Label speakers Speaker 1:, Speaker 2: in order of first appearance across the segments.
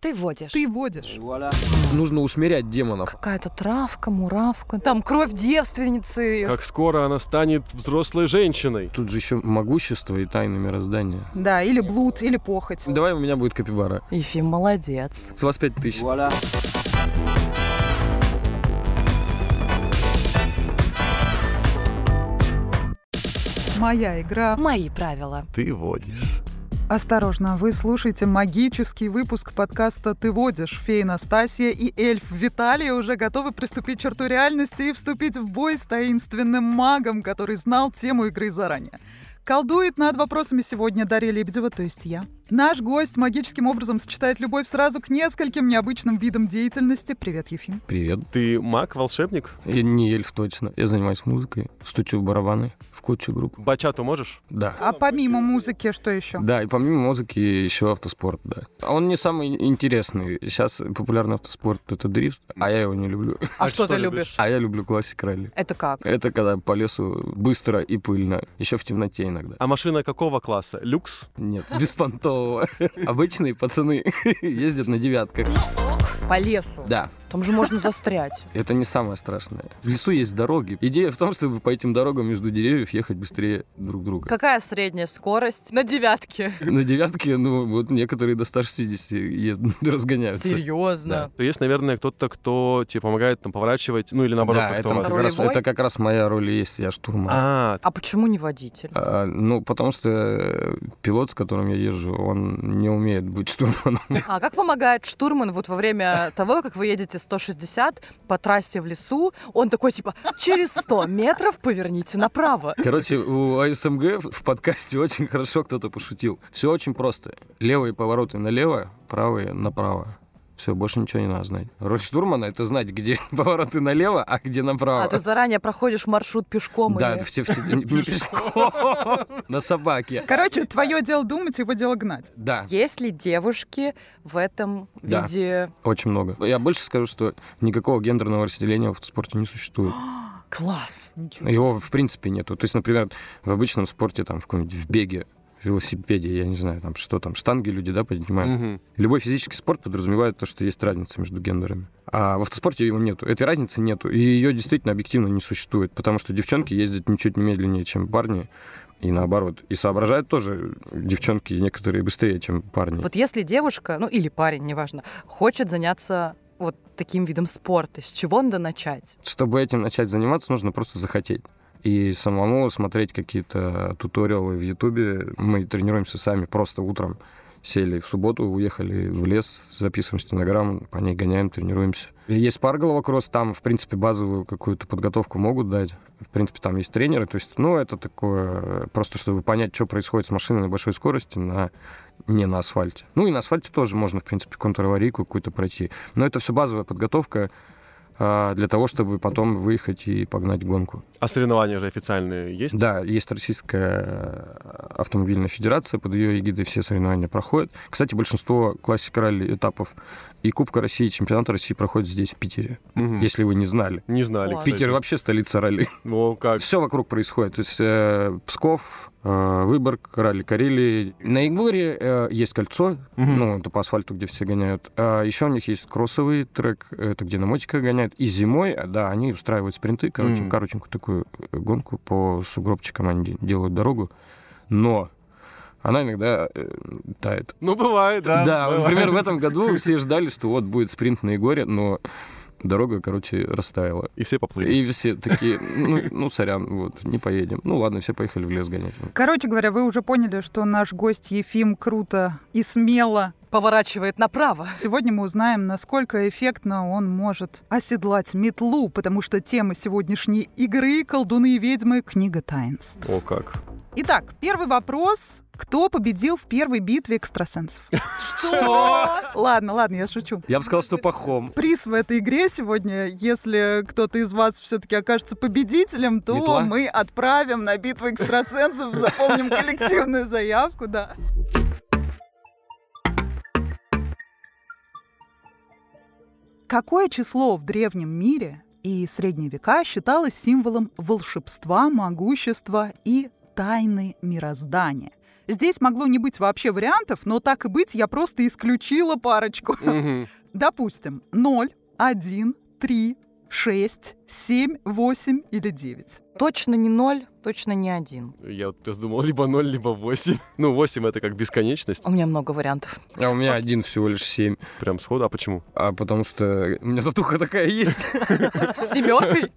Speaker 1: Ты водишь.
Speaker 2: Ты водишь.
Speaker 3: Нужно усмирять демонов.
Speaker 1: Какая-то травка, муравка. Там кровь девственницы.
Speaker 4: Как скоро она станет взрослой женщиной.
Speaker 3: Тут же еще могущество и тайны мироздания.
Speaker 2: Да, или блуд, или похоть.
Speaker 3: Давай у меня будет капибара.
Speaker 1: Ефим молодец.
Speaker 3: С вас пять тысяч.
Speaker 2: Моя игра.
Speaker 1: Мои правила.
Speaker 5: Ты водишь.
Speaker 2: Осторожно, вы слушаете магический выпуск подкаста «Ты водишь». Фея Настасья и эльф Виталий уже готовы приступить к черту реальности и вступить в бой с таинственным магом, который знал тему игры заранее. Колдует над вопросами сегодня Дарья Лебедева, то есть я. Наш гость магическим образом сочетает любовь сразу к нескольким необычным видам деятельности. Привет, Ефим.
Speaker 3: Привет.
Speaker 4: Ты маг-волшебник?
Speaker 3: Я не эльф точно. Я занимаюсь музыкой, стучу в барабаны, в кучу групп.
Speaker 4: Бачату можешь?
Speaker 3: Да.
Speaker 2: А помимо музыки, что еще?
Speaker 3: Да, и помимо музыки еще автоспорт, да. А Он не самый интересный. Сейчас популярный автоспорт — это дрифт, а я его не люблю.
Speaker 1: А,
Speaker 4: А
Speaker 1: что,
Speaker 4: что
Speaker 1: ты
Speaker 4: любишь?
Speaker 1: любишь?
Speaker 3: А я люблю классик ралли.
Speaker 1: Это как?
Speaker 3: Это когда по лесу быстро и пыльно, еще в темноте иногда.
Speaker 4: А машина какого класса? Люкс?
Speaker 3: Нет, беспонтового. Обычные пацаны ездят на девятках.
Speaker 1: По лесу.
Speaker 3: Да,
Speaker 1: Там же можно застрять.
Speaker 3: это не самое страшное. В лесу есть дороги. Идея в том, чтобы по этим дорогам между деревьев ехать быстрее друг друга.
Speaker 1: Какая средняя скорость на девятке?
Speaker 3: На девятке, ну, вот некоторые до 160 едут, разгоняются.
Speaker 1: Серьезно.
Speaker 4: То есть, наверное, кто-то, кто тебе помогает там поворачивать, ну или наоборот,
Speaker 3: Да,
Speaker 4: кто
Speaker 3: это
Speaker 4: вас-
Speaker 3: как, раз,
Speaker 1: Рулевой?
Speaker 3: это как раз моя роль и есть, я штурман.
Speaker 4: А,
Speaker 1: А почему не водитель?
Speaker 3: А, ну, потому что э, пилот, с которым я езжу, он не умеет быть штурманом.
Speaker 1: А как помогает штурман вот во время того, как вы едете 160 по трассе в лесу? Он такой типа, через 100 метров поверните направо.
Speaker 3: Короче, у АСМГ в подкасте очень хорошо кто-то пошутил. Все очень просто. Левые повороты налево, правые направо. Все, больше ничего не надо знать. Роль штурмана — это знать, где повороты налево, а где направо.
Speaker 1: А ты заранее проходишь маршрут пешком
Speaker 3: да,
Speaker 1: или-
Speaker 3: это все, все- не пешком, на собаке.
Speaker 2: Короче, твое дело думать, его дело гнать.
Speaker 3: Да,
Speaker 1: Есть ли девушки в этом
Speaker 3: Да.
Speaker 1: виде?
Speaker 3: очень много. Я больше скажу, что никакого гендерного разделения в автоспорте не существует.
Speaker 1: Класс!
Speaker 2: Ничего.
Speaker 3: Его в принципе нету. То есть, например, в обычном спорте, там, в каком-нибудь в беге, в велосипеде, я не знаю, там что там, штанги люди, да, поднимают.
Speaker 4: мгм.
Speaker 3: Любой физический спорт подразумевает то, что есть разница между гендерами. А в автоспорте его нету. Этой разницы нету. И ее действительно объективно не существует, потому что девчонки ездят ничуть не медленнее, чем парни, и наоборот. И соображают тоже девчонки некоторые быстрее, чем парни.
Speaker 1: Вот если девушка, ну или парень, неважно, хочет заняться вот таким видом спорта, с чего надо начать?
Speaker 3: Чтобы этим начать заниматься, нужно просто захотеть. И самому смотреть какие-то туториалы в Ютубе. Мы тренируемся сами просто утром. Сели в субботу, уехали в лес, записываем стенограмму, по ней гоняем, тренируемся. И есть пар головокросс, там, в принципе, базовую какую-то подготовку могут дать. В принципе, там есть тренеры, то есть, ну, это такое, э, просто чтобы понять, что происходит с машиной на большой скорости, на не на асфальте. Ну, и на асфальте тоже можно, в принципе, контраварийку какую-то пройти. Но это все базовая подготовка, а, для того, чтобы потом выехать и погнать гонку.
Speaker 4: А соревнования же официальные есть?
Speaker 3: Да, есть Российская э, автомобильная федерация, под ее эгидой все соревнования проходят. Кстати, большинство классик ралли этапов и Кубка России, и Чемпионата России проходят здесь, в Питере,
Speaker 4: Мгм.
Speaker 3: если вы не знали.
Speaker 4: Не знали,
Speaker 1: Класс.
Speaker 4: кстати.
Speaker 3: Питер вообще столица ралли.
Speaker 4: Ну, как?
Speaker 3: Все вокруг происходит. То есть э, Псков, э, Выборг, ралли Карелии. На Игоре э, есть кольцо,
Speaker 4: Мгм.
Speaker 3: ну, это по асфальту, где все гоняют. А еще у них есть кроссовый трек, это где на мотиках гоняют. И зимой, а, да, они устраивают спринты, коротенькую,
Speaker 4: Мгм.
Speaker 3: коротенькую такую э, гонку по сугробчикам, они де- делают дорогу. Но она иногда э, тает.
Speaker 4: Ну, бывает, да.
Speaker 3: да, вот,
Speaker 4: бывает.
Speaker 3: например, в этом году все ждали, что вот будет спринт на Егоре, но дорога, короче, растаяла.
Speaker 4: И все поплыли.
Speaker 3: И все такие, ну, ну, сорян, вот, не поедем. Ну ладно, все поехали в лес гонять.
Speaker 2: Короче говоря, вы уже поняли, что наш гость Ефим круто и смело
Speaker 1: Поворачивает направо.
Speaker 2: Сегодня мы узнаем, насколько эффектно он может оседлать метлу, потому что тема сегодняшней игры «Колдуны и ведьмы. Книга таинств».
Speaker 4: О, как.
Speaker 2: Итак, первый вопрос. Кто победил в первой битве экстрасенсов?
Speaker 4: Что?
Speaker 2: Ладно, ладно, я шучу.
Speaker 3: Я бы сказал, что пахом.
Speaker 2: Приз в этой игре сегодня, если кто-то из вас все-таки окажется победителем, то
Speaker 3: Метла?
Speaker 2: мы отправим на битву экстрасенсов, заполним коллективную заявку, да. Какое число в древнем мире и средние века считалось символом волшебства, могущества и тайны мироздания? Здесь могло не быть вообще вариантов, но так и быть, я просто исключила парочку.
Speaker 4: Мгм.
Speaker 2: Допустим, 0, 1, 3, 6, 7, 8 или 9.
Speaker 1: Точно не ноль, точно не один.
Speaker 4: Я вот сейчас думал, либо 0, либо 8. Ну, 8 это как бесконечность.
Speaker 1: У меня много вариантов.
Speaker 3: А у меня один всего лишь семь.
Speaker 4: Прям сходу. А почему?
Speaker 3: А потому что у меня татуха такая есть.
Speaker 1: С семеркой?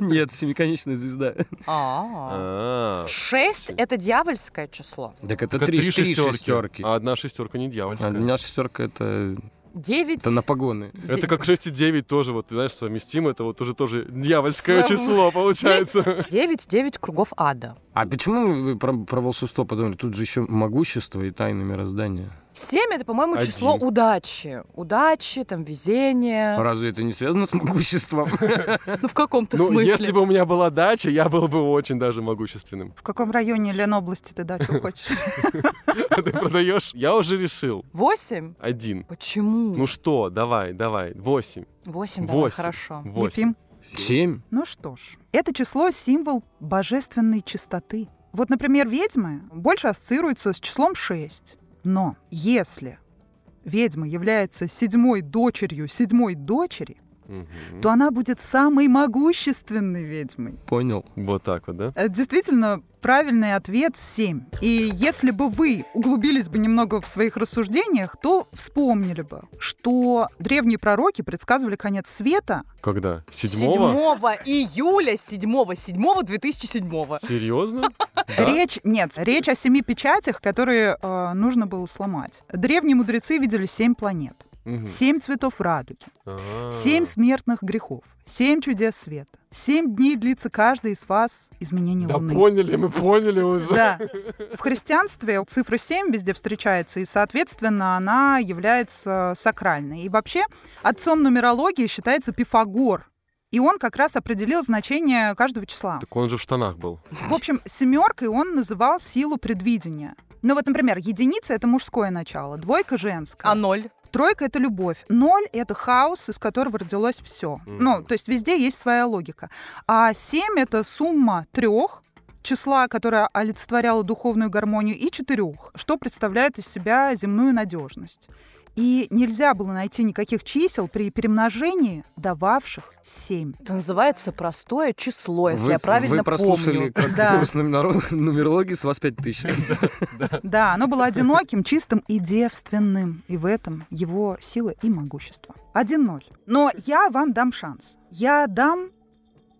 Speaker 3: Нет, семиконечная звезда.
Speaker 1: А.
Speaker 4: А.
Speaker 1: Шесть — это дьявольское число.
Speaker 3: Так это
Speaker 4: Так
Speaker 3: три три шестерки.
Speaker 4: А одна шестерка не
Speaker 3: А
Speaker 4: дьявольская.
Speaker 3: у меня шестерка это,
Speaker 1: Девять...
Speaker 3: это на погоны.
Speaker 4: Это как 6,9 тоже, вот, ты знаешь, совместимо, это вот уже тоже дьявольское
Speaker 1: Сам.
Speaker 4: число получается.
Speaker 1: Девять, девять кругов ада.
Speaker 3: А почему вы про, про волшебство подумали? Тут же еще могущество и тайны мироздания.
Speaker 1: Семь — это, по-моему, число
Speaker 4: Один.
Speaker 1: удачи. Удачи, там, везения.
Speaker 3: Разве это не связано с
Speaker 1: Ну,
Speaker 3: могуществом?
Speaker 1: в каком-то
Speaker 4: Ну, если
Speaker 1: смысле.
Speaker 4: бы у меня была дача, я был бы очень даже могущественным.
Speaker 2: В каком районе Ленобласти ты дачу хочешь?
Speaker 4: А ты продаешь? Я уже решил.
Speaker 1: Восемь?
Speaker 4: Один.
Speaker 1: Почему?
Speaker 4: Ну что, давай, давай. Восемь.
Speaker 1: Восемь, давай,
Speaker 4: Восемь.
Speaker 1: хорошо.
Speaker 4: Восемь.
Speaker 2: Ефим?
Speaker 3: Семь?
Speaker 2: Ну что ж, это число — символ божественной чистоты. Вот, например, ведьмы больше ассоциируются с числом 6. Но если ведьма является седьмой дочерью седьмой дочери,
Speaker 4: Мгм.
Speaker 2: то она будет самой могущественной ведьмой.
Speaker 3: Понял.
Speaker 4: Вот так вот, да?
Speaker 2: Э, Действительно, правильный ответ 7. И если бы вы углубились бы немного в своих рассуждениях, то вспомнили бы, что древние пророки предсказывали конец света,
Speaker 4: Когда? Седьмого?
Speaker 1: Седьмого июля, седьмого, седьмого 2007
Speaker 4: Серьезно? Да?
Speaker 2: Речь нет, речь о семи печатях, которые э, нужно было сломать. Древние мудрецы видели семь планет,
Speaker 4: Мгм.
Speaker 2: семь цветов радуги,
Speaker 4: А.
Speaker 2: семь смертных грехов, семь чудес света, семь дней длится каждый из фаз изменения
Speaker 4: Да
Speaker 2: Луны.
Speaker 4: поняли, мы поняли уже.
Speaker 2: Да. В христианстве цифра 7 везде встречается, и, соответственно, она является сакральной. И вообще отцом нумерологии считается Пифагор. И он как раз определил значение каждого числа.
Speaker 4: Так он же в штанах был.
Speaker 2: В общем, семеркой он называл силу предвидения. Ну вот, например, единица — это мужское начало, двойка — женское,
Speaker 1: А ноль?
Speaker 2: тройка — это любовь, ноль — это хаос, из которого родилось все.
Speaker 4: Мгм.
Speaker 2: Ну, то есть везде есть своя логика. А семь — это сумма трех числа, которое олицетворяло духовную гармонию, и четырех, что представляет из себя земную надежность. И нельзя было найти никаких чисел при перемножении, дававших семь.
Speaker 1: Это называется простое число, если
Speaker 3: Вы-
Speaker 1: я правильно
Speaker 3: Вы прослушали
Speaker 1: помню.
Speaker 3: как
Speaker 2: Да.
Speaker 3: курс нумеролог- нумерологии с вас пять тысяч.
Speaker 2: Да, оно было одиноким, чистым и девственным. И в этом его сила и могущество. 1-0. Но я вам дам шанс. Я дам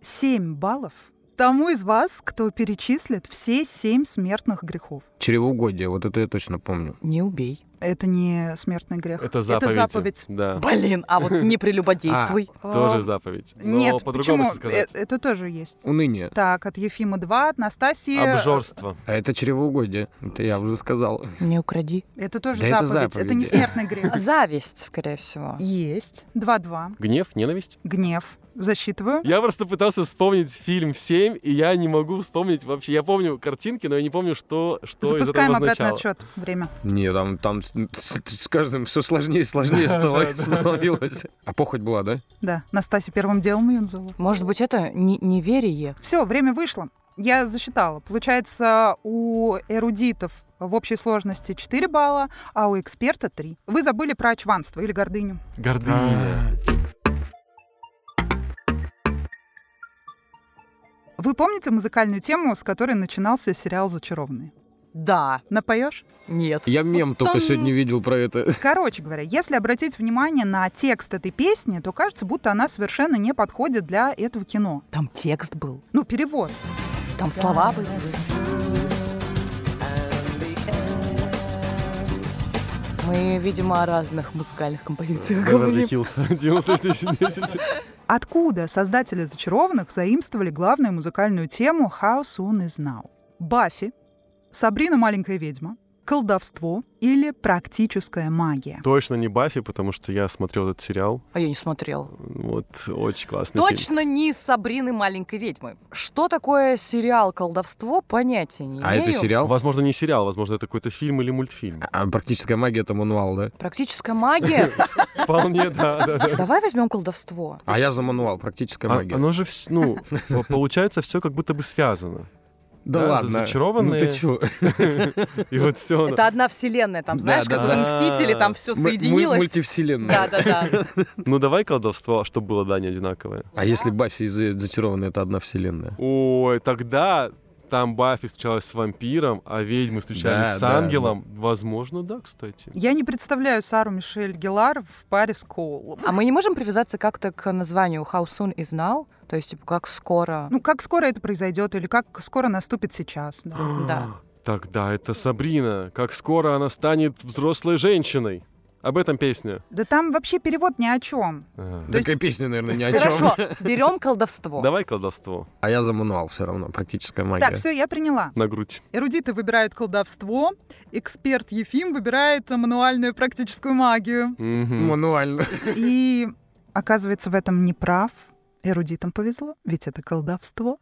Speaker 2: 7 баллов тому из вас, кто перечислит все 7 смертных грехов.
Speaker 3: Чревоугодие, вот это я точно помню.
Speaker 1: Не убей.
Speaker 2: Это не смертный грех.
Speaker 4: Это заповедь.
Speaker 2: Это заповедь.
Speaker 4: Да.
Speaker 1: Блин, а вот не прелюбодействуй.
Speaker 2: А,
Speaker 4: Тоже заповедь. Но
Speaker 2: Нет, почему?
Speaker 4: по-другому если сказать.
Speaker 2: Э, Это тоже есть.
Speaker 3: Уныние.
Speaker 2: Так, от Ефима 2, от Настасьи.
Speaker 4: Обжорство.
Speaker 3: А это чревоугодие. Это я уже сказал.
Speaker 1: Не укради.
Speaker 2: Это тоже
Speaker 3: Да это
Speaker 2: заповедь. это
Speaker 3: заповеди.
Speaker 2: не смертный грех.
Speaker 1: Зависть, скорее всего.
Speaker 2: Есть. 2-2.
Speaker 4: Гнев, ненависть.
Speaker 2: Гнев. Засчитываю.
Speaker 4: Я просто пытался вспомнить фильм «Семь», и я не могу вспомнить вообще. Я помню картинки, но я не помню, что, что
Speaker 2: Запускаем
Speaker 4: из этого
Speaker 2: обратный
Speaker 4: означало.
Speaker 2: отсчет. Время.
Speaker 3: Не, там, там с, с- с каждым все сложнее и сложнее становилось- становилось. А похоть была, да?
Speaker 2: Да, Настасья первым делом ее называла.
Speaker 1: Может быть, это не- неверие?
Speaker 2: Все, время вышло. Я засчитала. Получается, у эрудитов в общей сложности 4 балла, а у эксперта 3. Вы забыли про очванство или гордыню.
Speaker 4: Гордыня.
Speaker 2: Вы помните музыкальную тему, с которой начинался сериал «Зачарованные»?
Speaker 1: Да.
Speaker 2: Напоешь?
Speaker 1: Нет.
Speaker 3: Я мем только
Speaker 1: там-
Speaker 3: сегодня видел про это.
Speaker 2: Короче говоря, если обратить внимание на текст этой песни, то кажется, будто она совершенно не подходит для этого кино.
Speaker 1: Там текст был,
Speaker 2: Ну, перевод.
Speaker 1: там слова были. Мы, видимо, о разных музыкальных композициях
Speaker 4: Беверли
Speaker 1: говорим.
Speaker 4: Хиллз. 90-10-10.
Speaker 2: Откуда создатели «Зачарованных» заимствовали главную музыкальную тему «How soon is now»? Баффи, Сабрина маленькая ведьма, колдовство или практическая магия?
Speaker 4: Точно не Баффи, потому что я смотрел этот сериал.
Speaker 1: А я не смотрела.
Speaker 4: Вот, очень классный фильм.
Speaker 1: Точно не из Сабрины маленькой ведьмы. Что такое сериал колдовство, понятия не
Speaker 3: А
Speaker 1: имею.
Speaker 3: это сериал?
Speaker 4: Возможно, не сериал, возможно, это какой-то фильм или мультфильм.
Speaker 3: А практическая магия это мануал, да?
Speaker 1: Практическая магия.
Speaker 4: Вполне, да, да, да.
Speaker 1: Давай возьмем колдовство.
Speaker 3: А я за мануал, практическая
Speaker 4: А-
Speaker 3: магия.
Speaker 4: оно же, вс- ну, по- получается, все как будто бы связано.
Speaker 5: Да,
Speaker 4: Да,
Speaker 5: ладно.
Speaker 4: зачарованные.
Speaker 5: Ну ты чё?
Speaker 4: И вот все.
Speaker 1: Это одна вселенная, там,
Speaker 5: Да,
Speaker 1: знаешь,
Speaker 5: да,
Speaker 1: как в
Speaker 4: Ну, да.
Speaker 1: «Мстители», там
Speaker 3: А,
Speaker 1: все
Speaker 5: М- муль-
Speaker 1: соединилось.
Speaker 5: Мультивселенная.
Speaker 1: Да, да, да.
Speaker 4: Ну давай колдовство, чтобы было, да, не одинаковое.
Speaker 3: А если Баффи и Зе- зачарованная, это одна вселенная.
Speaker 4: Ой, тогда там Баффи встречалась с вампиром, а ведьмы встречались
Speaker 5: Да,
Speaker 4: с
Speaker 5: да,
Speaker 4: ангелом. Возможно, да, кстати.
Speaker 2: Я не представляю Сару Мишель Гелар в паре с Коулом.
Speaker 1: А мы не можем привязаться как-то к названию «How soon is now», то есть, типа, как скоро.
Speaker 2: Ну, как скоро это произойдет или как скоро наступит сейчас? да.
Speaker 1: Да.
Speaker 4: Тогда это Сабрина. Как скоро она станет взрослой женщиной. Об этом песня.
Speaker 2: Да там вообще перевод ни о чем.
Speaker 4: А.
Speaker 2: То есть-
Speaker 3: Такая песня, наверное, ни о чем.
Speaker 1: Хорошо, берем колдовство.
Speaker 4: Давай колдовство
Speaker 3: А я за мануал все равно, практическая магия.
Speaker 2: Так, все, я приняла.
Speaker 4: на грудь.
Speaker 2: Эрудиты выбирают колдовство, эксперт Ефим выбирает мануальную практическую магию.
Speaker 4: Мгм.
Speaker 3: Мануально.
Speaker 2: И оказывается, в этом не прав. Эрудитам повезло, ведь это колдовство.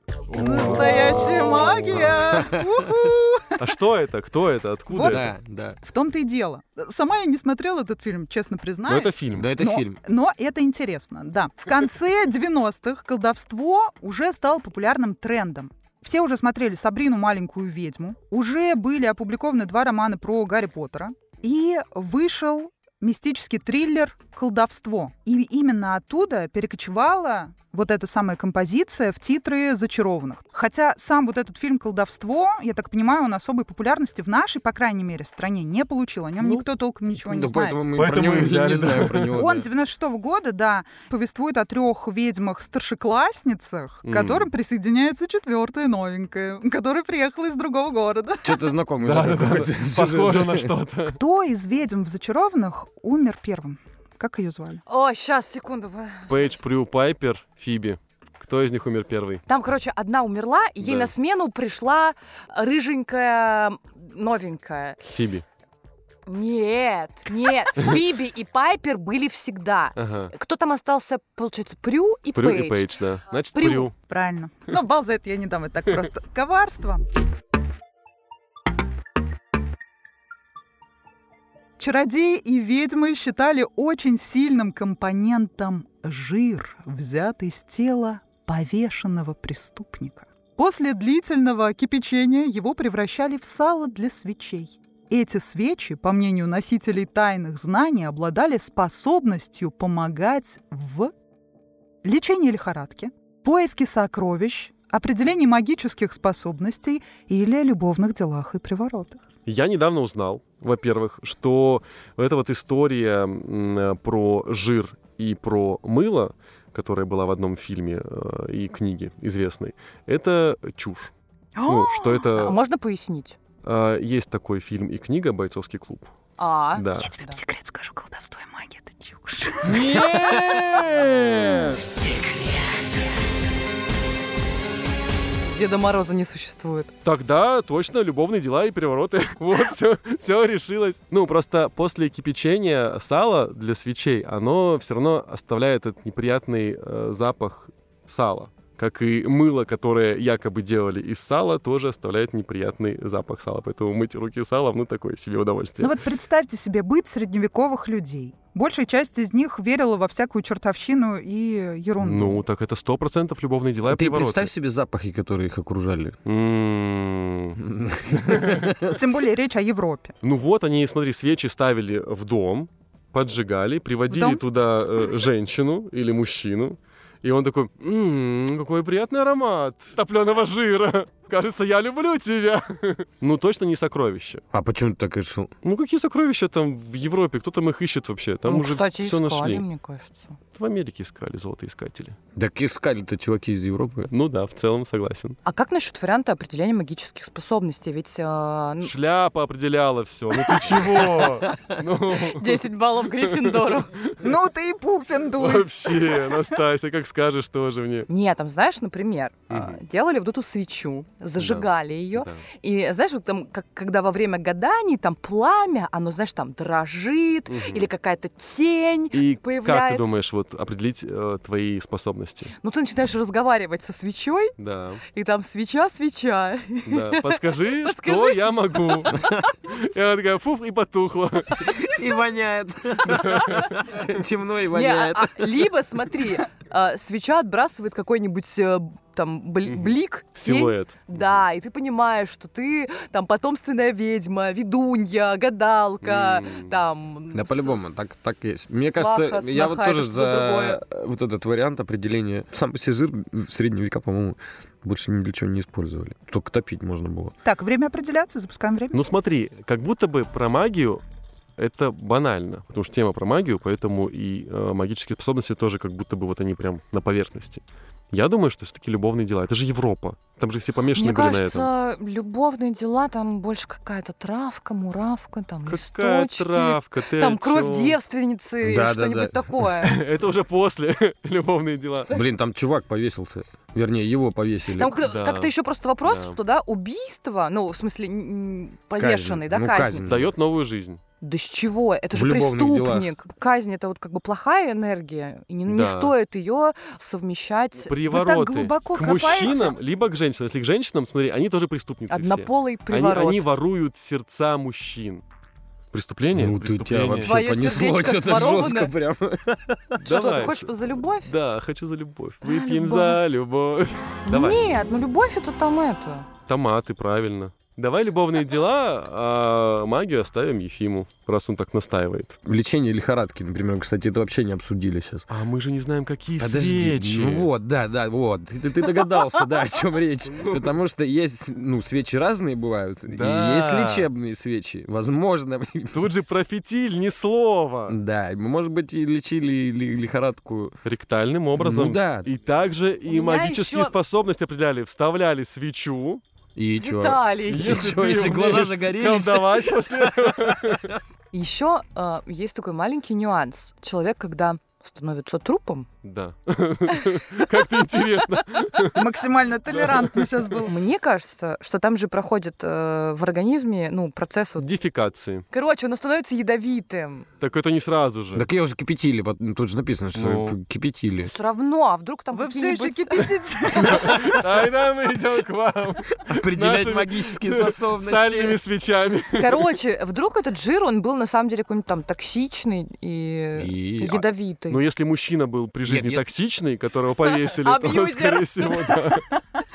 Speaker 2: Настоящая магия! Уху!
Speaker 4: А что это? Кто это? Откуда это?
Speaker 3: Да, да.
Speaker 2: В том-то и дело. Сама я не смотрела этот фильм, честно
Speaker 4: Ну,
Speaker 2: признаюсь.
Speaker 4: это фильм.
Speaker 3: Да это
Speaker 2: но,
Speaker 3: фильм.
Speaker 2: но это интересно, да. В конце 90-х колдовство уже стало популярным трендом. Все уже смотрели «Сабрину. Маленькую ведьму». Уже были опубликованы два романа про Гарри Поттера. И вышел мистический триллер «Колдовство». И именно оттуда перекочевала вот эта самая композиция в титры «Зачарованных». Хотя сам вот этот фильм «Колдовство», я так понимаю, он особой популярности в нашей, по крайней мере, стране не получил. О нем
Speaker 4: Ну,
Speaker 2: никто толком ничего не
Speaker 3: Да
Speaker 2: знает.
Speaker 3: поэтому мы
Speaker 4: Поэтому
Speaker 3: про него
Speaker 4: и
Speaker 3: не
Speaker 4: взяли, да.
Speaker 3: знаем про него.
Speaker 2: Он
Speaker 3: да.
Speaker 2: 96-го года, да, повествует о трех ведьмах-старшеклассницах, к
Speaker 4: М.
Speaker 2: которым присоединяется четвертая новенькая, которая приехала из другого города.
Speaker 3: Что-то знакомый.
Speaker 4: Да, да,
Speaker 3: такой
Speaker 4: да.
Speaker 3: какой-то сюжет.
Speaker 4: Похоже на что-то.
Speaker 2: Кто из ведьм в зачарованных умер первым? Как ее звали?
Speaker 1: О, сейчас, секунду.
Speaker 4: Пейдж, Прю, Пайпер, Фиби. Кто из них умер первый?
Speaker 1: Там, короче, одна умерла, и ей
Speaker 4: Да.
Speaker 1: на смену пришла рыженькая новенькая.
Speaker 4: Фиби.
Speaker 1: Нет, нет, Фиби и Пайпер были всегда.
Speaker 4: Ага.
Speaker 1: Кто там остался, получается, Прю и
Speaker 4: Прю
Speaker 1: Пейдж?
Speaker 4: и Пейдж, да. Значит,
Speaker 1: Прю.
Speaker 4: Прю.
Speaker 2: Правильно. Но бал за это я не дам, это так просто. Коварство. Чародеи и ведьмы считали очень сильным компонентом жир, взятый с тела повешенного преступника. После длительного кипячения его превращали в сало для свечей. Эти свечи, по мнению носителей тайных знаний, обладали способностью помогать в лечении лихорадки, поиске сокровищ, определении магических способностей или любовных делах и приворотах.
Speaker 4: Я недавно узнал, во-первых, что вот эта вот история м, э, про жир и про мыло, которая была в одном фильме э, и книге известной, это чушь. Ну, что
Speaker 1: А
Speaker 4: это...
Speaker 1: Можно пояснить?
Speaker 4: э, есть такой фильм и книга «Бойцовский клуб».
Speaker 1: А,
Speaker 4: Да.
Speaker 2: тебе по секрету скажу, колдовство и магия — это чушь.
Speaker 1: Деда Мороза не существует.
Speaker 4: Тогда точно любовные дела и перевороты. Вот все, решилось. Ну, просто после кипячения сала для свечей, оно все равно оставляет этот неприятный э, запах сала. Как и мыло, которое якобы делали из сала, тоже оставляет неприятный запах сала. Поэтому мыть руки салом, ну, такое себе удовольствие.
Speaker 2: Ну вот представьте себе быт средневековых людей. Большая часть из них верила во всякую чертовщину и ерунду.
Speaker 4: Ну, так это сто процентов любовные дела и
Speaker 3: А Ты
Speaker 4: перевороты.
Speaker 3: представь себе запахи, которые их окружали.
Speaker 4: М.
Speaker 2: Тем более речь о Европе.
Speaker 4: Ну вот они, смотри, свечи ставили в дом, поджигали, приводили
Speaker 2: В дом?
Speaker 4: туда э, женщину или мужчину. И он такой, «М, какой приятный аромат топленого жира. Кажется, я люблю тебя. Ну, точно не сокровища.
Speaker 3: А почему ты так решил?
Speaker 4: Ну, какие сокровища там в Европе? Кто там их ищет вообще? Там
Speaker 1: Ну,
Speaker 4: уже
Speaker 1: кстати,
Speaker 4: все
Speaker 1: искали,
Speaker 4: нашли.
Speaker 1: мне кажется.
Speaker 4: В Америке искали золотоискатели.
Speaker 3: Так искали-то чуваки из Европы.
Speaker 4: Ну да, в целом согласен.
Speaker 1: А как насчет варианта определения магических способностей? Ведь э, ну,
Speaker 4: Шляпа определяла все. Ну ты чего? Ну,
Speaker 1: 10 баллов Гриффиндору.
Speaker 2: Ну ты и пуффендуй.
Speaker 4: вообще, Настасья, как скажешь тоже мне.
Speaker 1: Не, там, знаешь, например, э, делали вот эту свечу, зажигали ее,
Speaker 4: Да.
Speaker 1: и, знаешь, вот там, как, когда во время гаданий там пламя, оно, знаешь, там дрожит,
Speaker 4: Мгм.
Speaker 1: или какая-то тень
Speaker 4: И как
Speaker 1: появляется.
Speaker 4: ты думаешь, вот определить э, твои способности?
Speaker 1: Ну, ты начинаешь разговаривать со свечой,
Speaker 4: Да,
Speaker 1: и там свеча, свеча.
Speaker 4: да. Подскажи, что
Speaker 1: Подскажи.
Speaker 4: я могу. И она такая, фуф, и потухла.
Speaker 3: И воняет. Темно и
Speaker 1: Не, а- а, либо, смотри, э, свеча отбрасывает какой-нибудь э, там бл-
Speaker 4: Мгм.
Speaker 1: блик. тень.
Speaker 4: Силуэт.
Speaker 1: Да, и ты понимаешь, что ты там потомственная ведьма, ведунья, гадалка,
Speaker 4: М.
Speaker 1: там...
Speaker 3: Да
Speaker 1: с-
Speaker 3: по-любому,
Speaker 1: с-
Speaker 3: так, так есть. Мне
Speaker 1: сваха,
Speaker 3: кажется, я вот
Speaker 1: сноха,
Speaker 3: тоже
Speaker 1: это что-то
Speaker 3: за вот этот вариант определения. Сам по себе жир в средние века, по-моему, больше ни для чего не использовали. Только топить можно было.
Speaker 2: Так, время определяться, запускаем время.
Speaker 4: Ну смотри, как будто бы про магию это банально, потому что тема про магию, поэтому и э, магические способности тоже как будто бы вот они прям на поверхности. Я думаю, что все-таки любовные дела. Это же Европа. Там же все помешаны
Speaker 1: Мне
Speaker 4: были на этом.
Speaker 1: кажется, любовные дела, там больше какая-то травка, муравка, там
Speaker 4: Какая
Speaker 1: листочки,
Speaker 4: травка, ты о
Speaker 1: там кровь
Speaker 4: чём?
Speaker 1: девственницы,
Speaker 3: Да, да,
Speaker 1: что-нибудь
Speaker 3: да.
Speaker 1: такое.
Speaker 4: Это уже после любовные дела.
Speaker 3: Блин, там чувак повесился. Вернее, его повесили.
Speaker 1: Там к-
Speaker 4: Да.
Speaker 1: как-то еще просто вопрос,
Speaker 4: Да.
Speaker 1: что, да, убийство, ну, в смысле, н- н-
Speaker 3: Казнь.
Speaker 1: повешенный, да,
Speaker 3: Ну,
Speaker 1: казнь.
Speaker 3: казнь.
Speaker 4: Дает новую жизнь.
Speaker 1: Да с чего? Это
Speaker 3: В
Speaker 1: же
Speaker 3: любовных делах.
Speaker 1: преступник. Казнь это вот как бы плохая энергия, и не, не
Speaker 4: Да.
Speaker 1: стоит ее совмещать
Speaker 4: Привороты
Speaker 2: глубоко
Speaker 4: к
Speaker 2: копаете?
Speaker 4: мужчинам, либо к женщинам. Если к женщинам, смотри, они тоже преступницы все.
Speaker 1: однополый
Speaker 4: Они,
Speaker 1: приворот.
Speaker 4: они воруют сердца мужчин. Преступление?
Speaker 3: Ну ты тебя
Speaker 4: Преступление.
Speaker 3: вообще
Speaker 1: Твоё
Speaker 3: понесло
Speaker 1: сердечко
Speaker 3: что-то жестко
Speaker 1: своровано.
Speaker 3: прям.
Speaker 1: Что,
Speaker 4: Давай.
Speaker 1: ты хочешь за любовь?
Speaker 4: Да, хочу за любовь.
Speaker 1: А,
Speaker 4: Выпьем за любовь. Давай.
Speaker 1: Нет, ну любовь это там это.
Speaker 4: Томаты, правильно. Давай любовные дела, а магию оставим Ефиму, раз он так настаивает.
Speaker 3: Лечение лихорадки, например, кстати, это вообще не обсудили сейчас.
Speaker 4: А мы же не знаем, какие свечи.
Speaker 3: Ну вот, да, да, вот. Ты, ты догадался, да, о чем речь. Потому что есть, ну, свечи разные бывают.
Speaker 4: Да.
Speaker 3: И есть лечебные свечи. Возможно.
Speaker 4: Тут же про фитиль ни слова.
Speaker 3: Да, мы, может быть, и лечили ли- лихорадку.
Speaker 4: Ректальным образом.
Speaker 3: Ну да.
Speaker 4: И также и
Speaker 1: меня
Speaker 4: магические
Speaker 1: ещё-
Speaker 4: способности определяли. Вставляли свечу.
Speaker 3: И чё?
Speaker 1: Виталий.
Speaker 3: И
Speaker 4: Если
Speaker 3: чё,
Speaker 4: ты
Speaker 3: если глаза
Speaker 4: умеешь
Speaker 3: загорелись?
Speaker 4: Колдовать после этого.
Speaker 1: Еще а, есть такой маленький нюанс. Человек, когда становится трупом,
Speaker 4: Да. Как-то интересно.
Speaker 2: Максимально толерантно сейчас был.
Speaker 1: мне кажется, что там же проходит э, в организме ну процесс вот.
Speaker 4: Дефикации.
Speaker 1: Короче, он становится ядовитым.
Speaker 4: Так это не сразу же.
Speaker 3: Так ее уже кипятили, вот, ну, тут же написано, что
Speaker 4: Ну.
Speaker 3: кипятили.
Speaker 1: Все равно, а вдруг там
Speaker 2: Вы все еще
Speaker 1: какие-нибудь-
Speaker 2: кипятите.
Speaker 4: Тогда мы идем к вам.
Speaker 3: Определять
Speaker 4: нашими
Speaker 3: магические
Speaker 4: Сальными
Speaker 3: способности.
Speaker 4: свечами.
Speaker 1: Короче, вдруг этот жир, он был на самом деле какой-нибудь там токсичный и
Speaker 3: И- а-
Speaker 1: ядовитый.
Speaker 4: Но Ну, если мужчина был при жизни
Speaker 3: Нет, А я-
Speaker 4: токсичный, которого повесили, то,
Speaker 1: Абьюзер.
Speaker 4: скорее всего, да.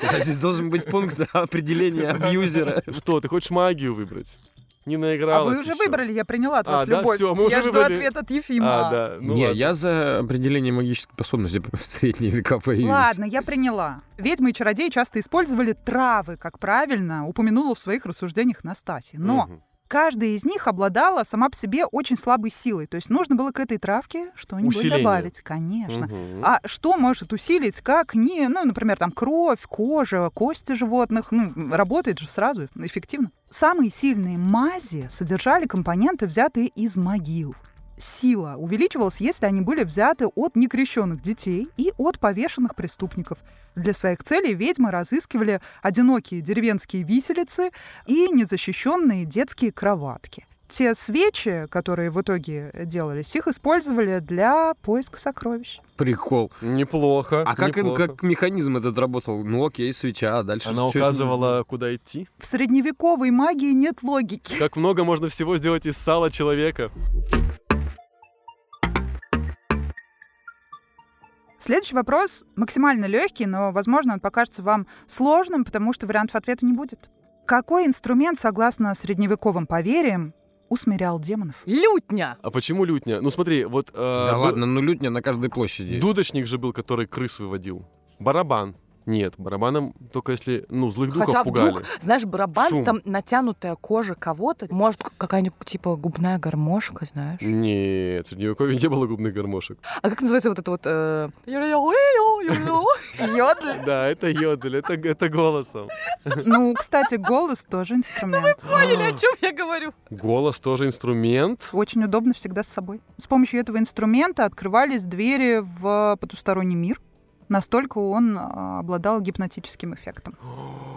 Speaker 3: а Здесь должен быть пункт определения абьюзера.
Speaker 4: Что, ты хочешь магию выбрать? Не
Speaker 2: А
Speaker 4: наигралась
Speaker 2: вы уже
Speaker 4: ещё.
Speaker 2: выбрали, я приняла от
Speaker 4: А,
Speaker 2: вас
Speaker 4: да,
Speaker 2: любовь.
Speaker 4: всё, мы уже
Speaker 2: Я жду
Speaker 4: выбрали.
Speaker 2: ответ от
Speaker 4: А,
Speaker 2: Ефима.
Speaker 4: да. Ну,
Speaker 3: не,
Speaker 4: ладно.
Speaker 3: я за определение магических способностей в средние века появились.
Speaker 2: Ладно, я приняла. Ведьмы и чародеи часто использовали травы, как правильно упомянула в своих рассуждениях Настасья. Но
Speaker 4: Мгм.
Speaker 2: каждая из них обладала сама по себе очень слабой силой. То есть нужно было к этой травке что-нибудь
Speaker 4: Усиление.
Speaker 2: добавить, конечно.
Speaker 4: Мгм.
Speaker 2: А что может усилить, как не, ну, например, там кровь, кожа, кости животных, ну, работает же сразу, эффективно. Самые сильные мази содержали компоненты, взятые из могил. Сила увеличивалась, если они были взяты от некрещенных детей и от повешенных преступников. Для своих целей ведьмы разыскивали одинокие деревенские виселицы и незащищенные детские кроватки. Те свечи, которые в итоге делались, их использовали для поиска сокровищ.
Speaker 3: Прикол.
Speaker 4: Неплохо.
Speaker 3: А как, им,
Speaker 4: неплохо.
Speaker 3: как механизм этот работал? Ну окей, свеча, а дальше...
Speaker 4: Она
Speaker 3: чё с ним?
Speaker 4: указывала, куда идти.
Speaker 2: В средневековой магии нет логики.
Speaker 4: Как много можно всего сделать из сала человека.
Speaker 2: Следующий вопрос максимально легкий, но, возможно, он покажется вам сложным, потому что вариантов ответа не будет. Какой инструмент, согласно средневековым поверьям, усмирял демонов?
Speaker 1: Лютня!
Speaker 4: А почему лютня? Ну смотри, вот... э,
Speaker 3: Да
Speaker 4: был-
Speaker 3: ладно, ну лютня на каждой площади.
Speaker 4: Дудочник же был, который крыс выводил. Барабан. Нет, барабаном только если, ну, злых духов
Speaker 1: Хотя
Speaker 4: пугали.
Speaker 1: вдруг, знаешь, барабан,
Speaker 4: Шум.
Speaker 1: там натянутая кожа кого-то, может, какая-нибудь типа губная гармошка, знаешь.
Speaker 4: Нет, в Средневековье не было губных гармошек.
Speaker 1: А как называется вот это вот... э, «Юрё-юрё-юрё»?
Speaker 2: Йодль.
Speaker 4: Да, это йодель, это, это голосом.
Speaker 2: Ну, кстати, голос тоже инструмент.
Speaker 1: Поняли, о чем я говорю?
Speaker 4: Голос тоже инструмент.
Speaker 2: Очень удобно всегда с собой. С помощью этого инструмента открывались двери в потусторонний мир. Настолько он а, обладал гипнотическим эффектом.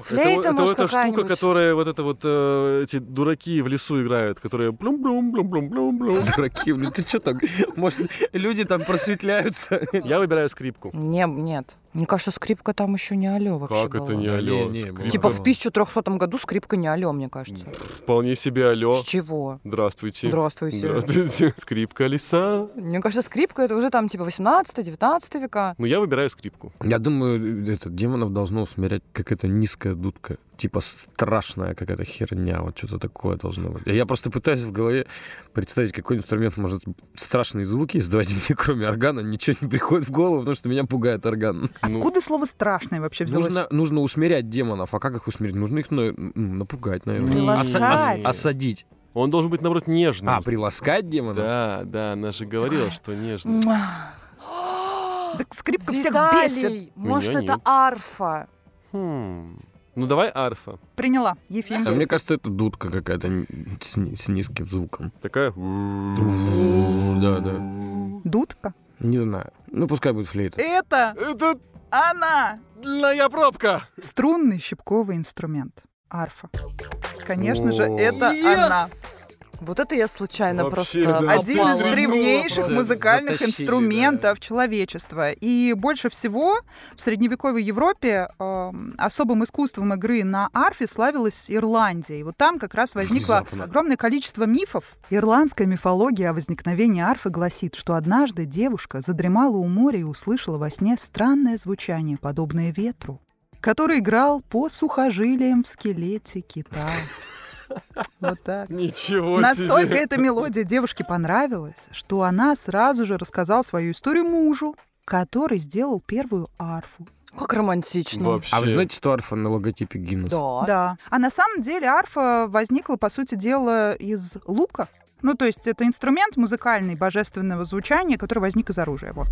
Speaker 1: Флейта,
Speaker 4: это,
Speaker 1: может,
Speaker 4: это штука,
Speaker 1: какая-нибудь?
Speaker 4: которая вот это вот э, эти дураки в лесу играют, которые блюм блюм блюм блюм блюм блюм.
Speaker 3: Дураки, блин, ты что так? Может, люди там просветляются?
Speaker 4: Я выбираю скрипку.
Speaker 1: Не, нет. Мне кажется, скрипка там еще не алё вообще
Speaker 4: Как это
Speaker 1: была.
Speaker 4: не
Speaker 3: Да
Speaker 4: алё?
Speaker 3: не, не,
Speaker 4: Скрип-
Speaker 3: было.
Speaker 1: Типа в
Speaker 3: Ага.
Speaker 1: 1300 году скрипка не алё, мне кажется.
Speaker 4: Вполне себе алё.
Speaker 1: С чего?
Speaker 4: Здравствуйте.
Speaker 1: Здравствуйте.
Speaker 4: Здравствуйте. Скрипка лиса.
Speaker 1: Мне кажется, скрипка это уже там типа 18-19 века.
Speaker 4: Ну, я выбираю скрипку.
Speaker 3: Я думаю, это демонов должно усмирять какая-то низкая дудка. Типа страшная какая-то херня. Вот что-то такое должно быть. Я просто пытаюсь в голове представить, какой инструмент может страшные звуки издавать мне, кроме органа. Ничего не приходит в голову, потому что меня пугает орган.
Speaker 4: Ну,
Speaker 2: Откуда слово страшное вообще взялось?
Speaker 3: Нужно, нужно усмирять демонов. А как их усмирить? Нужно их ну, м, напугать, наверное.
Speaker 4: Не.
Speaker 1: Приласкать.
Speaker 3: осадить.
Speaker 4: он должен быть, наоборот, нежным.
Speaker 3: А, приласкать демонов?
Speaker 4: Да, да, она же говорила, что нежный.
Speaker 1: Муа.
Speaker 2: Так скрипка всех бесит.
Speaker 1: Виталий,
Speaker 4: Меня
Speaker 1: может, это
Speaker 4: нет.
Speaker 1: арфа?
Speaker 4: Хм. Ну, давай арфа.
Speaker 2: Приняла, Ефим.
Speaker 3: А мне кажется, это дудка какая-то н- с, ни- с низким звуком.
Speaker 4: Такая...
Speaker 3: Да, да.
Speaker 2: Дудка.
Speaker 3: Не знаю. Ну, пускай будет флейта.
Speaker 2: Это
Speaker 4: Это
Speaker 2: она!
Speaker 4: моя пробка!
Speaker 2: Струнный щипковый инструмент. Арфа. Конечно же,
Speaker 4: О.
Speaker 2: это
Speaker 1: Yes!
Speaker 2: она.
Speaker 1: Вот это я случайно
Speaker 4: Вообще,
Speaker 1: просто
Speaker 4: да.
Speaker 2: Один из
Speaker 1: попала.
Speaker 4: древ-
Speaker 2: древнейших
Speaker 3: просто.
Speaker 2: музыкальных
Speaker 3: Затащили,
Speaker 2: инструментов человечества. И больше всего в средневековой Европе эм, особым искусством игры на арфе славилась Ирландия. И вот там как раз возникло
Speaker 3: Внезапно.
Speaker 2: огромное количество мифов. Ирландская мифология о возникновении арфы гласит, что однажды девушка задремала у моря и услышала во сне странное звучание, подобное ветру, который играл по сухожилиям в скелете кита. Вот так.
Speaker 4: Ничего
Speaker 2: Настолько
Speaker 4: себе!
Speaker 2: эта мелодия девушке понравилась, что она сразу же рассказала свою историю мужу, который сделал первую арфу.
Speaker 1: Как романтично.
Speaker 4: Вообще.
Speaker 3: А вы знаете, что арфа на логотипе Гиннесса?
Speaker 1: Да.
Speaker 2: Да. А на самом деле арфа возникла, по сути дела, из лука. Ну, то есть это инструмент музыкальный, божественного звучания, который возник из оружия. Вот.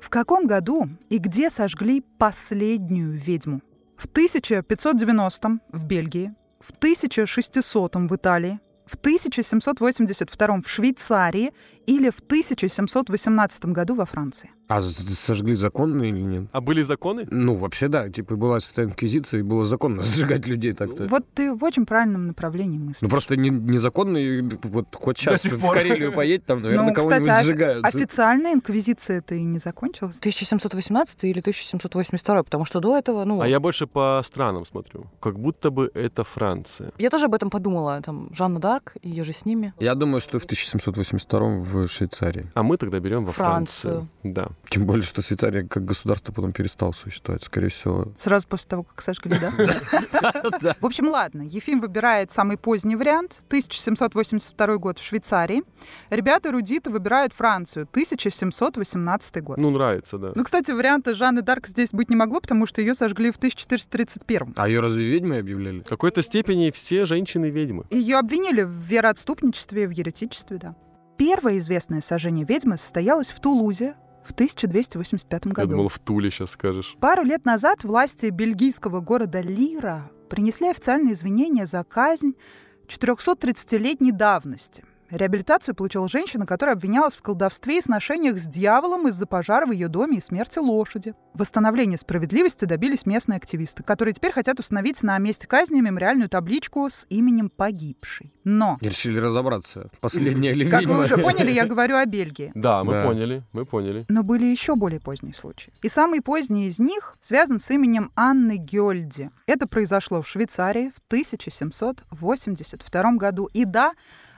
Speaker 2: В каком году и где сожгли последнюю ведьму? В 1590 в Бельгии, в 1600 в Италии, в 1782 в Швейцарии или в 1718 году во Франции.
Speaker 3: А с- сожгли законно или нет?
Speaker 4: А были законы?
Speaker 3: Ну, вообще, да. Типа, была Святая Инквизиция, и было законно сжигать людей так-то.
Speaker 2: Вот ты в очень правильном направлении мысли.
Speaker 3: Ну, просто не- незаконно, и вот хоть сейчас
Speaker 4: сих
Speaker 3: в
Speaker 4: пор.
Speaker 3: Карелию поедь, там, наверное,
Speaker 2: Ну,
Speaker 3: кого-нибудь
Speaker 2: кстати, офи-
Speaker 3: сжигают.
Speaker 2: Официально инквизиция это и не закончилась.
Speaker 1: 1718 или 1782, потому что до этого, ну,
Speaker 4: А
Speaker 1: я...
Speaker 4: я больше по странам смотрю. Как будто бы это Франция.
Speaker 1: тоже об этом подумала, там, Жанна Дарк и я же с ними.
Speaker 3: Я думаю, что в 1782 в Швейцарии.
Speaker 4: А мы тогда берем во Францию. Да.
Speaker 3: Тем более, что Швейцария как государство потом перестало существовать, скорее всего.
Speaker 2: Сразу после того, как сожгли, да? В общем, ладно. Ефим выбирает самый поздний вариант. 1782 год в Швейцарии. Ребята эрудиты выбирают Францию. 1718 год.
Speaker 4: Ну, нравится, да.
Speaker 2: Ну, кстати, варианта Жанны Дарк здесь быть не могло, потому что ее сожгли в 1431.
Speaker 3: А ее разве ведьмой объявляли?
Speaker 4: В какой-то степени все женщины ведьмы.
Speaker 2: Ее обвинили в вероотступничестве, в еретичестве, да. Первое известное сожжение ведьмы состоялось в Тулузе в 1285
Speaker 4: Я
Speaker 2: году.
Speaker 4: думал, в Туле сейчас скажешь.
Speaker 2: Пару лет назад власти бельгийского города Лира принесли официальные извинения за казнь 430-летней давности. Реабилитацию получила женщина, которая обвинялась в колдовстве и сношениях с дьяволом из-за пожара в ее доме и смерти лошади. Восстановление справедливости добились местные активисты, которые теперь хотят установить на месте казни мемориальную табличку с именем погибшей. Но,
Speaker 3: И Решили разобраться, последняя ли
Speaker 2: как
Speaker 3: ведьма.
Speaker 2: вы уже поняли, я говорю о Бельгии.
Speaker 4: Да, мы
Speaker 3: Да.
Speaker 4: поняли, мы поняли.
Speaker 2: Но были еще более поздние случаи. И самый поздний из них связан с именем Анны Гёльди. Это произошло в Швейцарии в 1782 году. И да,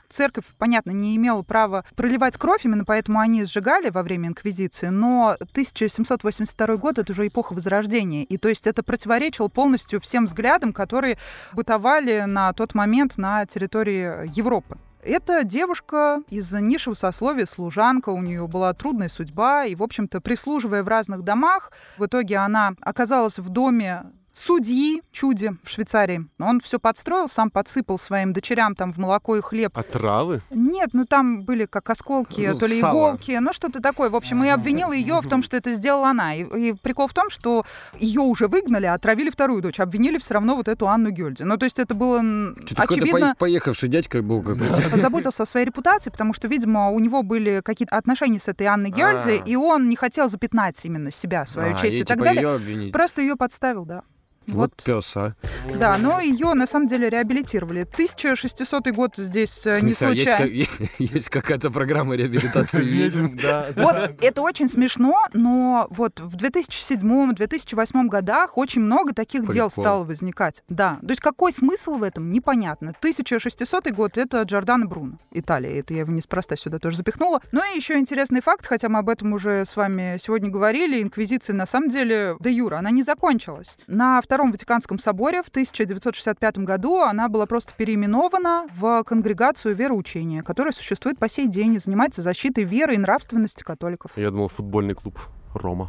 Speaker 2: Церковь, понятно, не имела права проливать кровь, именно поэтому они сжигали во время Инквизиции, но 1782 год — это уже эпоха Возрождения, и то есть это противоречило полностью всем взглядам, которые бытовали на тот момент на территории Европы. Эта девушка из низшего сословия, служанка, у нее была трудная судьба, и, в общем-то, прислуживая в разных домах, в итоге она оказалась в доме судьи чуди в Швейцарии. Он все подстроил, сам подсыпал своим дочерям там в молоко и хлеб
Speaker 4: А травы?
Speaker 2: нет, ну там были как осколки,
Speaker 3: Ну,
Speaker 2: то ли
Speaker 3: сало.
Speaker 2: иголки, ну что-то такое. В общем, и обвинила ее в том, что это сделала она. И, и прикол в том, что ее уже выгнали, а отравили вторую дочь, обвинили все равно вот эту Анну Гёльди. Ну то есть это было м,
Speaker 3: Что-то Типа какой-то
Speaker 2: очевидно
Speaker 3: пое- поехавший дядька был какой-то.
Speaker 2: позаботился о своей репутации, потому что, видимо, у него были какие-то отношения с этой Анной Гёльди,
Speaker 4: А.
Speaker 2: и он не хотел запятнать именно себя, свою
Speaker 3: А,
Speaker 2: честь и
Speaker 3: ей,
Speaker 2: так
Speaker 3: типа,
Speaker 2: далее.
Speaker 3: её обвинить.
Speaker 2: Просто ее подставил, да.
Speaker 3: Вот, пес, а.
Speaker 2: Да, но ее на самом деле реабилитировали. 1600 год здесь э,
Speaker 3: В
Speaker 2: не
Speaker 3: смысле, а есть,
Speaker 2: случайно.
Speaker 3: как- есть какая-то программа реабилитации ведьм?
Speaker 4: Ведьм, да.
Speaker 2: Вот это очень смешно, но вот в 2007-2008 годах очень много таких
Speaker 3: Прикол.
Speaker 2: дел стало возникать. Да, то есть какой смысл в этом, непонятно. 1600 год — это Джордано Бруно, Италия. Это я его неспроста сюда тоже запихнула. Ну и еще интересный факт, хотя мы об этом уже с вами сегодня говорили, инквизиция на самом деле, де юра, она не закончилась. На Втором Ватиканском соборе в 1965 году она была просто переименована в конгрегацию вероучения, которая существует по сей день и занимается защитой веры и нравственности католиков.
Speaker 4: Я думал, футбольный клуб Рома.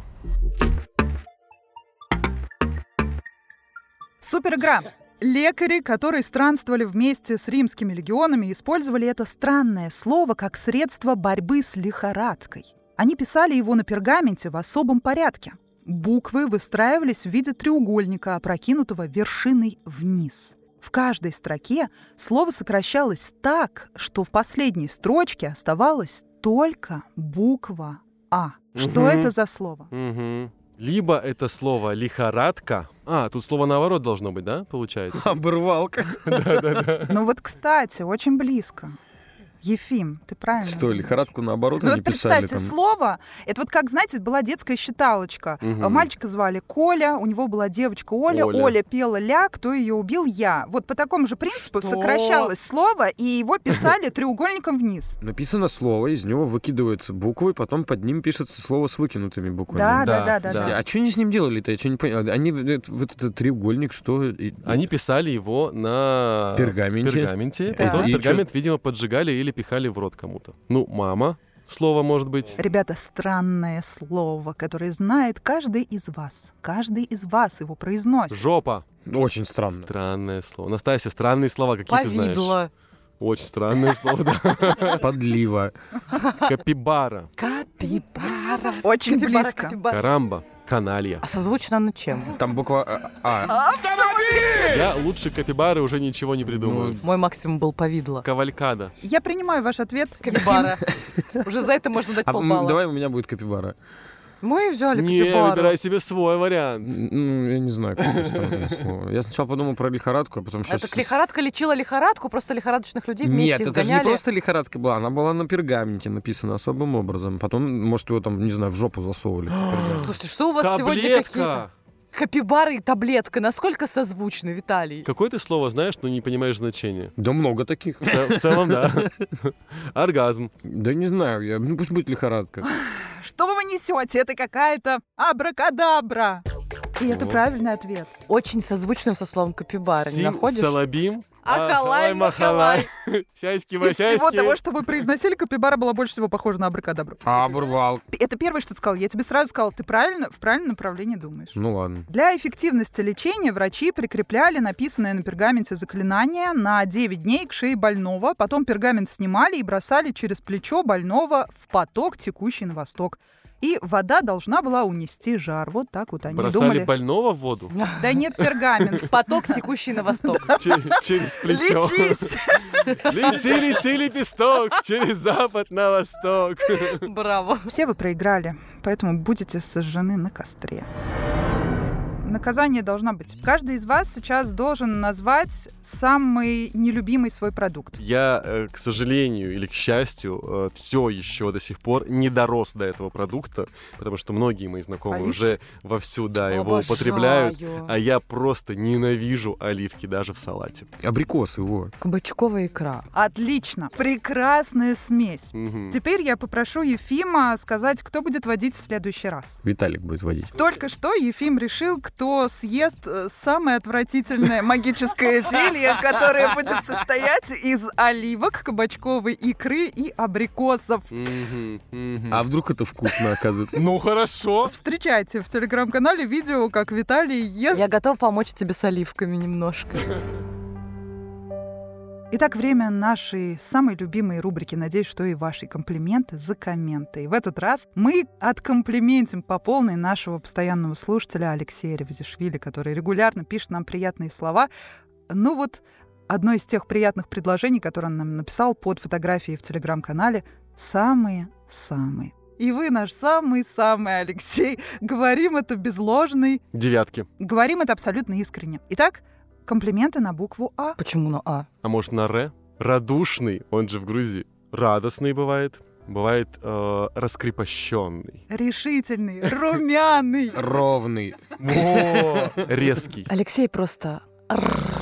Speaker 2: Супер игра! Лекари, которые странствовали вместе с римскими легионами, использовали это странное слово как средство борьбы с лихорадкой. Они писали его на пергаменте в особом порядке. Буквы выстраивались в виде треугольника, опрокинутого вершиной вниз. В каждой строке слово сокращалось так, что в последней строчке оставалась только буква «А». Что
Speaker 4: Мгм.
Speaker 2: это за слово?
Speaker 4: Мгм. Либо это слово лихорадка. А, тут слово наоборот должно быть, да, получается?
Speaker 3: Оборвалка.
Speaker 2: Ну вот, кстати, очень близко. Ефим, ты правильно.
Speaker 3: Что,
Speaker 2: говоришь.
Speaker 3: лихорадку наоборот
Speaker 2: Ну
Speaker 3: они
Speaker 2: вот
Speaker 3: писали
Speaker 2: представьте,
Speaker 3: там?
Speaker 2: слово, это вот как, знаете, была детская считалочка.
Speaker 4: Мгм.
Speaker 2: А Мальчика звали Коля, у него была девочка Оля,
Speaker 4: Оля.
Speaker 2: Оля, пела ля, кто ее убил, я. Вот по такому же принципу
Speaker 1: Что?
Speaker 2: сокращалось слово, и его писали треугольником вниз.
Speaker 3: Написано слово, из него выкидываются буквы, потом под ним пишется слово с выкинутыми буквами.
Speaker 2: Да,
Speaker 4: Да,
Speaker 2: да, да, да,
Speaker 4: да.
Speaker 2: да.
Speaker 3: А что они с ним делали-то? Я что не понял. Они э, вот этот треугольник, что? и- ну,
Speaker 4: Они писали его на
Speaker 3: Пергаменте.
Speaker 4: пергаменте.
Speaker 1: Да.
Speaker 4: Потом
Speaker 3: И чё?
Speaker 4: пергамент, видимо, поджигали или пихали в рот кому-то. Ну, мама, слово может быть.
Speaker 2: Ребята, странное слово, которое знает каждый из вас. Каждый из вас его произносит.
Speaker 4: Жопа.
Speaker 3: Очень странно.
Speaker 4: Странное слово. Настасья, странные слова какие ты знаешь.
Speaker 1: Повидло.
Speaker 4: Очень странное слово, да.
Speaker 3: Подлива.
Speaker 4: Капибара,
Speaker 1: Капибара.
Speaker 2: Очень
Speaker 1: Капибара,
Speaker 2: близко.
Speaker 1: капибара.
Speaker 4: карамба, каналья.
Speaker 1: А созвучно оно чем?
Speaker 3: Там буква э, А.
Speaker 4: Я лучше капибары уже ничего не придумаю.
Speaker 3: Ну,
Speaker 1: Мой максимум был повидло.
Speaker 4: Кавалькада.
Speaker 2: Я принимаю ваш ответ.
Speaker 1: Капибара. Уже за это можно дать
Speaker 3: А, м,
Speaker 1: полбалла.
Speaker 3: давай у меня будет капибара.
Speaker 1: Мы взяли
Speaker 4: Не,
Speaker 1: капибару.
Speaker 4: выбирай себе свой вариант.
Speaker 3: Н- Ну, я не знаю, какое странное слово. Я сначала подумал про лихорадку, а потом сейчас...
Speaker 1: Это лихорадка лечила лихорадку, просто лихорадочных людей
Speaker 3: Нет,
Speaker 1: вместе
Speaker 3: это же не
Speaker 1: изгоняли.
Speaker 3: просто лихорадка была, она была на пергаменте написана особым образом. Потом, может, его там, не знаю, в жопу засовывали. этот пергамент.
Speaker 1: Слушайте, что у вас сегодня какие-то
Speaker 4: Таблетка.
Speaker 1: капибары и таблетка? Насколько созвучны, Виталий?
Speaker 4: Какое ты слово знаешь, но не понимаешь значения?
Speaker 3: Да много таких.
Speaker 4: В цел- в целом, да. Оргазм.
Speaker 3: Да не знаю, я- ну пусть будет лихорадка.
Speaker 2: Что вы несете? Это какая-то абракадабра. И это
Speaker 4: Вот.
Speaker 2: правильный ответ.
Speaker 1: Очень созвучно со словом капибара, не
Speaker 4: Сим,
Speaker 1: находишь?
Speaker 4: салабим.
Speaker 1: Ахалай, махалай.
Speaker 4: Сяськи,
Speaker 2: Из всего того,
Speaker 4: масяськи.
Speaker 2: что вы произносили, капибара была больше всего похожа на абракадабру.
Speaker 3: А, оборвал.
Speaker 2: Это первое, что ты сказал. Я тебе сразу сказал, ты правильно в правильном направлении думаешь.
Speaker 3: Ну ладно.
Speaker 2: Для эффективности лечения врачи прикрепляли написанное на пергаменте заклинание на 9 дней к шее больного, потом пергамент снимали и бросали через плечо больного в поток, текущий на восток. И вода должна была унести жар. Вот так вот они
Speaker 4: Бросали
Speaker 2: думали.
Speaker 4: больного в воду
Speaker 2: Да нет, пергамент.
Speaker 1: Поток, текущий на восток.
Speaker 4: Че- через плечо.
Speaker 2: Лечись!
Speaker 4: Лети, лети, лепесток, через запад на восток.
Speaker 1: Браво.
Speaker 2: Все вы проиграли, поэтому будете сожжены на костре. Наказание должно быть. Каждый из вас сейчас должен назвать самый нелюбимый свой продукт.
Speaker 4: Я, э, к сожалению или к счастью, все еще до сих пор не дорос до этого продукта, потому что многие мои знакомые
Speaker 2: Оливки?
Speaker 4: уже вовсю, да, его
Speaker 1: Обожаю.
Speaker 4: употребляют. А я просто ненавижу оливки даже в салате.
Speaker 3: Абрикос его.
Speaker 1: Кабачковая икра.
Speaker 2: Отлично. Прекрасная смесь.
Speaker 4: Мгм.
Speaker 2: Теперь я попрошу Ефима сказать, кто будет водить в следующий раз.
Speaker 3: Виталик будет водить.
Speaker 2: Только что Ефим решил, кто съест э, самое отвратительное магическое зелье, которое будет состоять из оливок, кабачковой икры и абрикосов.
Speaker 4: Мгм, мгм.
Speaker 3: А вдруг это вкусно оказывается?
Speaker 4: Ну хорошо.
Speaker 2: Встречайте в телеграм-канале видео, как Виталий ест.
Speaker 1: Я готова помочь тебе с оливками немножко.
Speaker 2: Итак, время нашей самой любимой рубрики. Надеюсь, что и ваши комплименты за комменты. И в этот раз мы откомплиментим по полной нашего постоянного слушателя Алексея Ревзишвили, который регулярно пишет нам приятные слова. Ну вот, одно из тех приятных предложений, которое он нам написал под фотографией в телеграм-канале, самые-самые. И вы наш самый-самый Алексей. Говорим это без ложной.
Speaker 4: Девятки.
Speaker 2: Говорим это абсолютно искренне. Итак, комплименты на букву А.
Speaker 1: Почему на А?
Speaker 4: А может на Ре? Радушный, он же в Грузии. Радостный бывает. Бывает э, раскрепощенный.
Speaker 2: Решительный, румяный.
Speaker 3: Ровный.
Speaker 4: Во! Резкий.
Speaker 1: Алексей просто... «Рррр».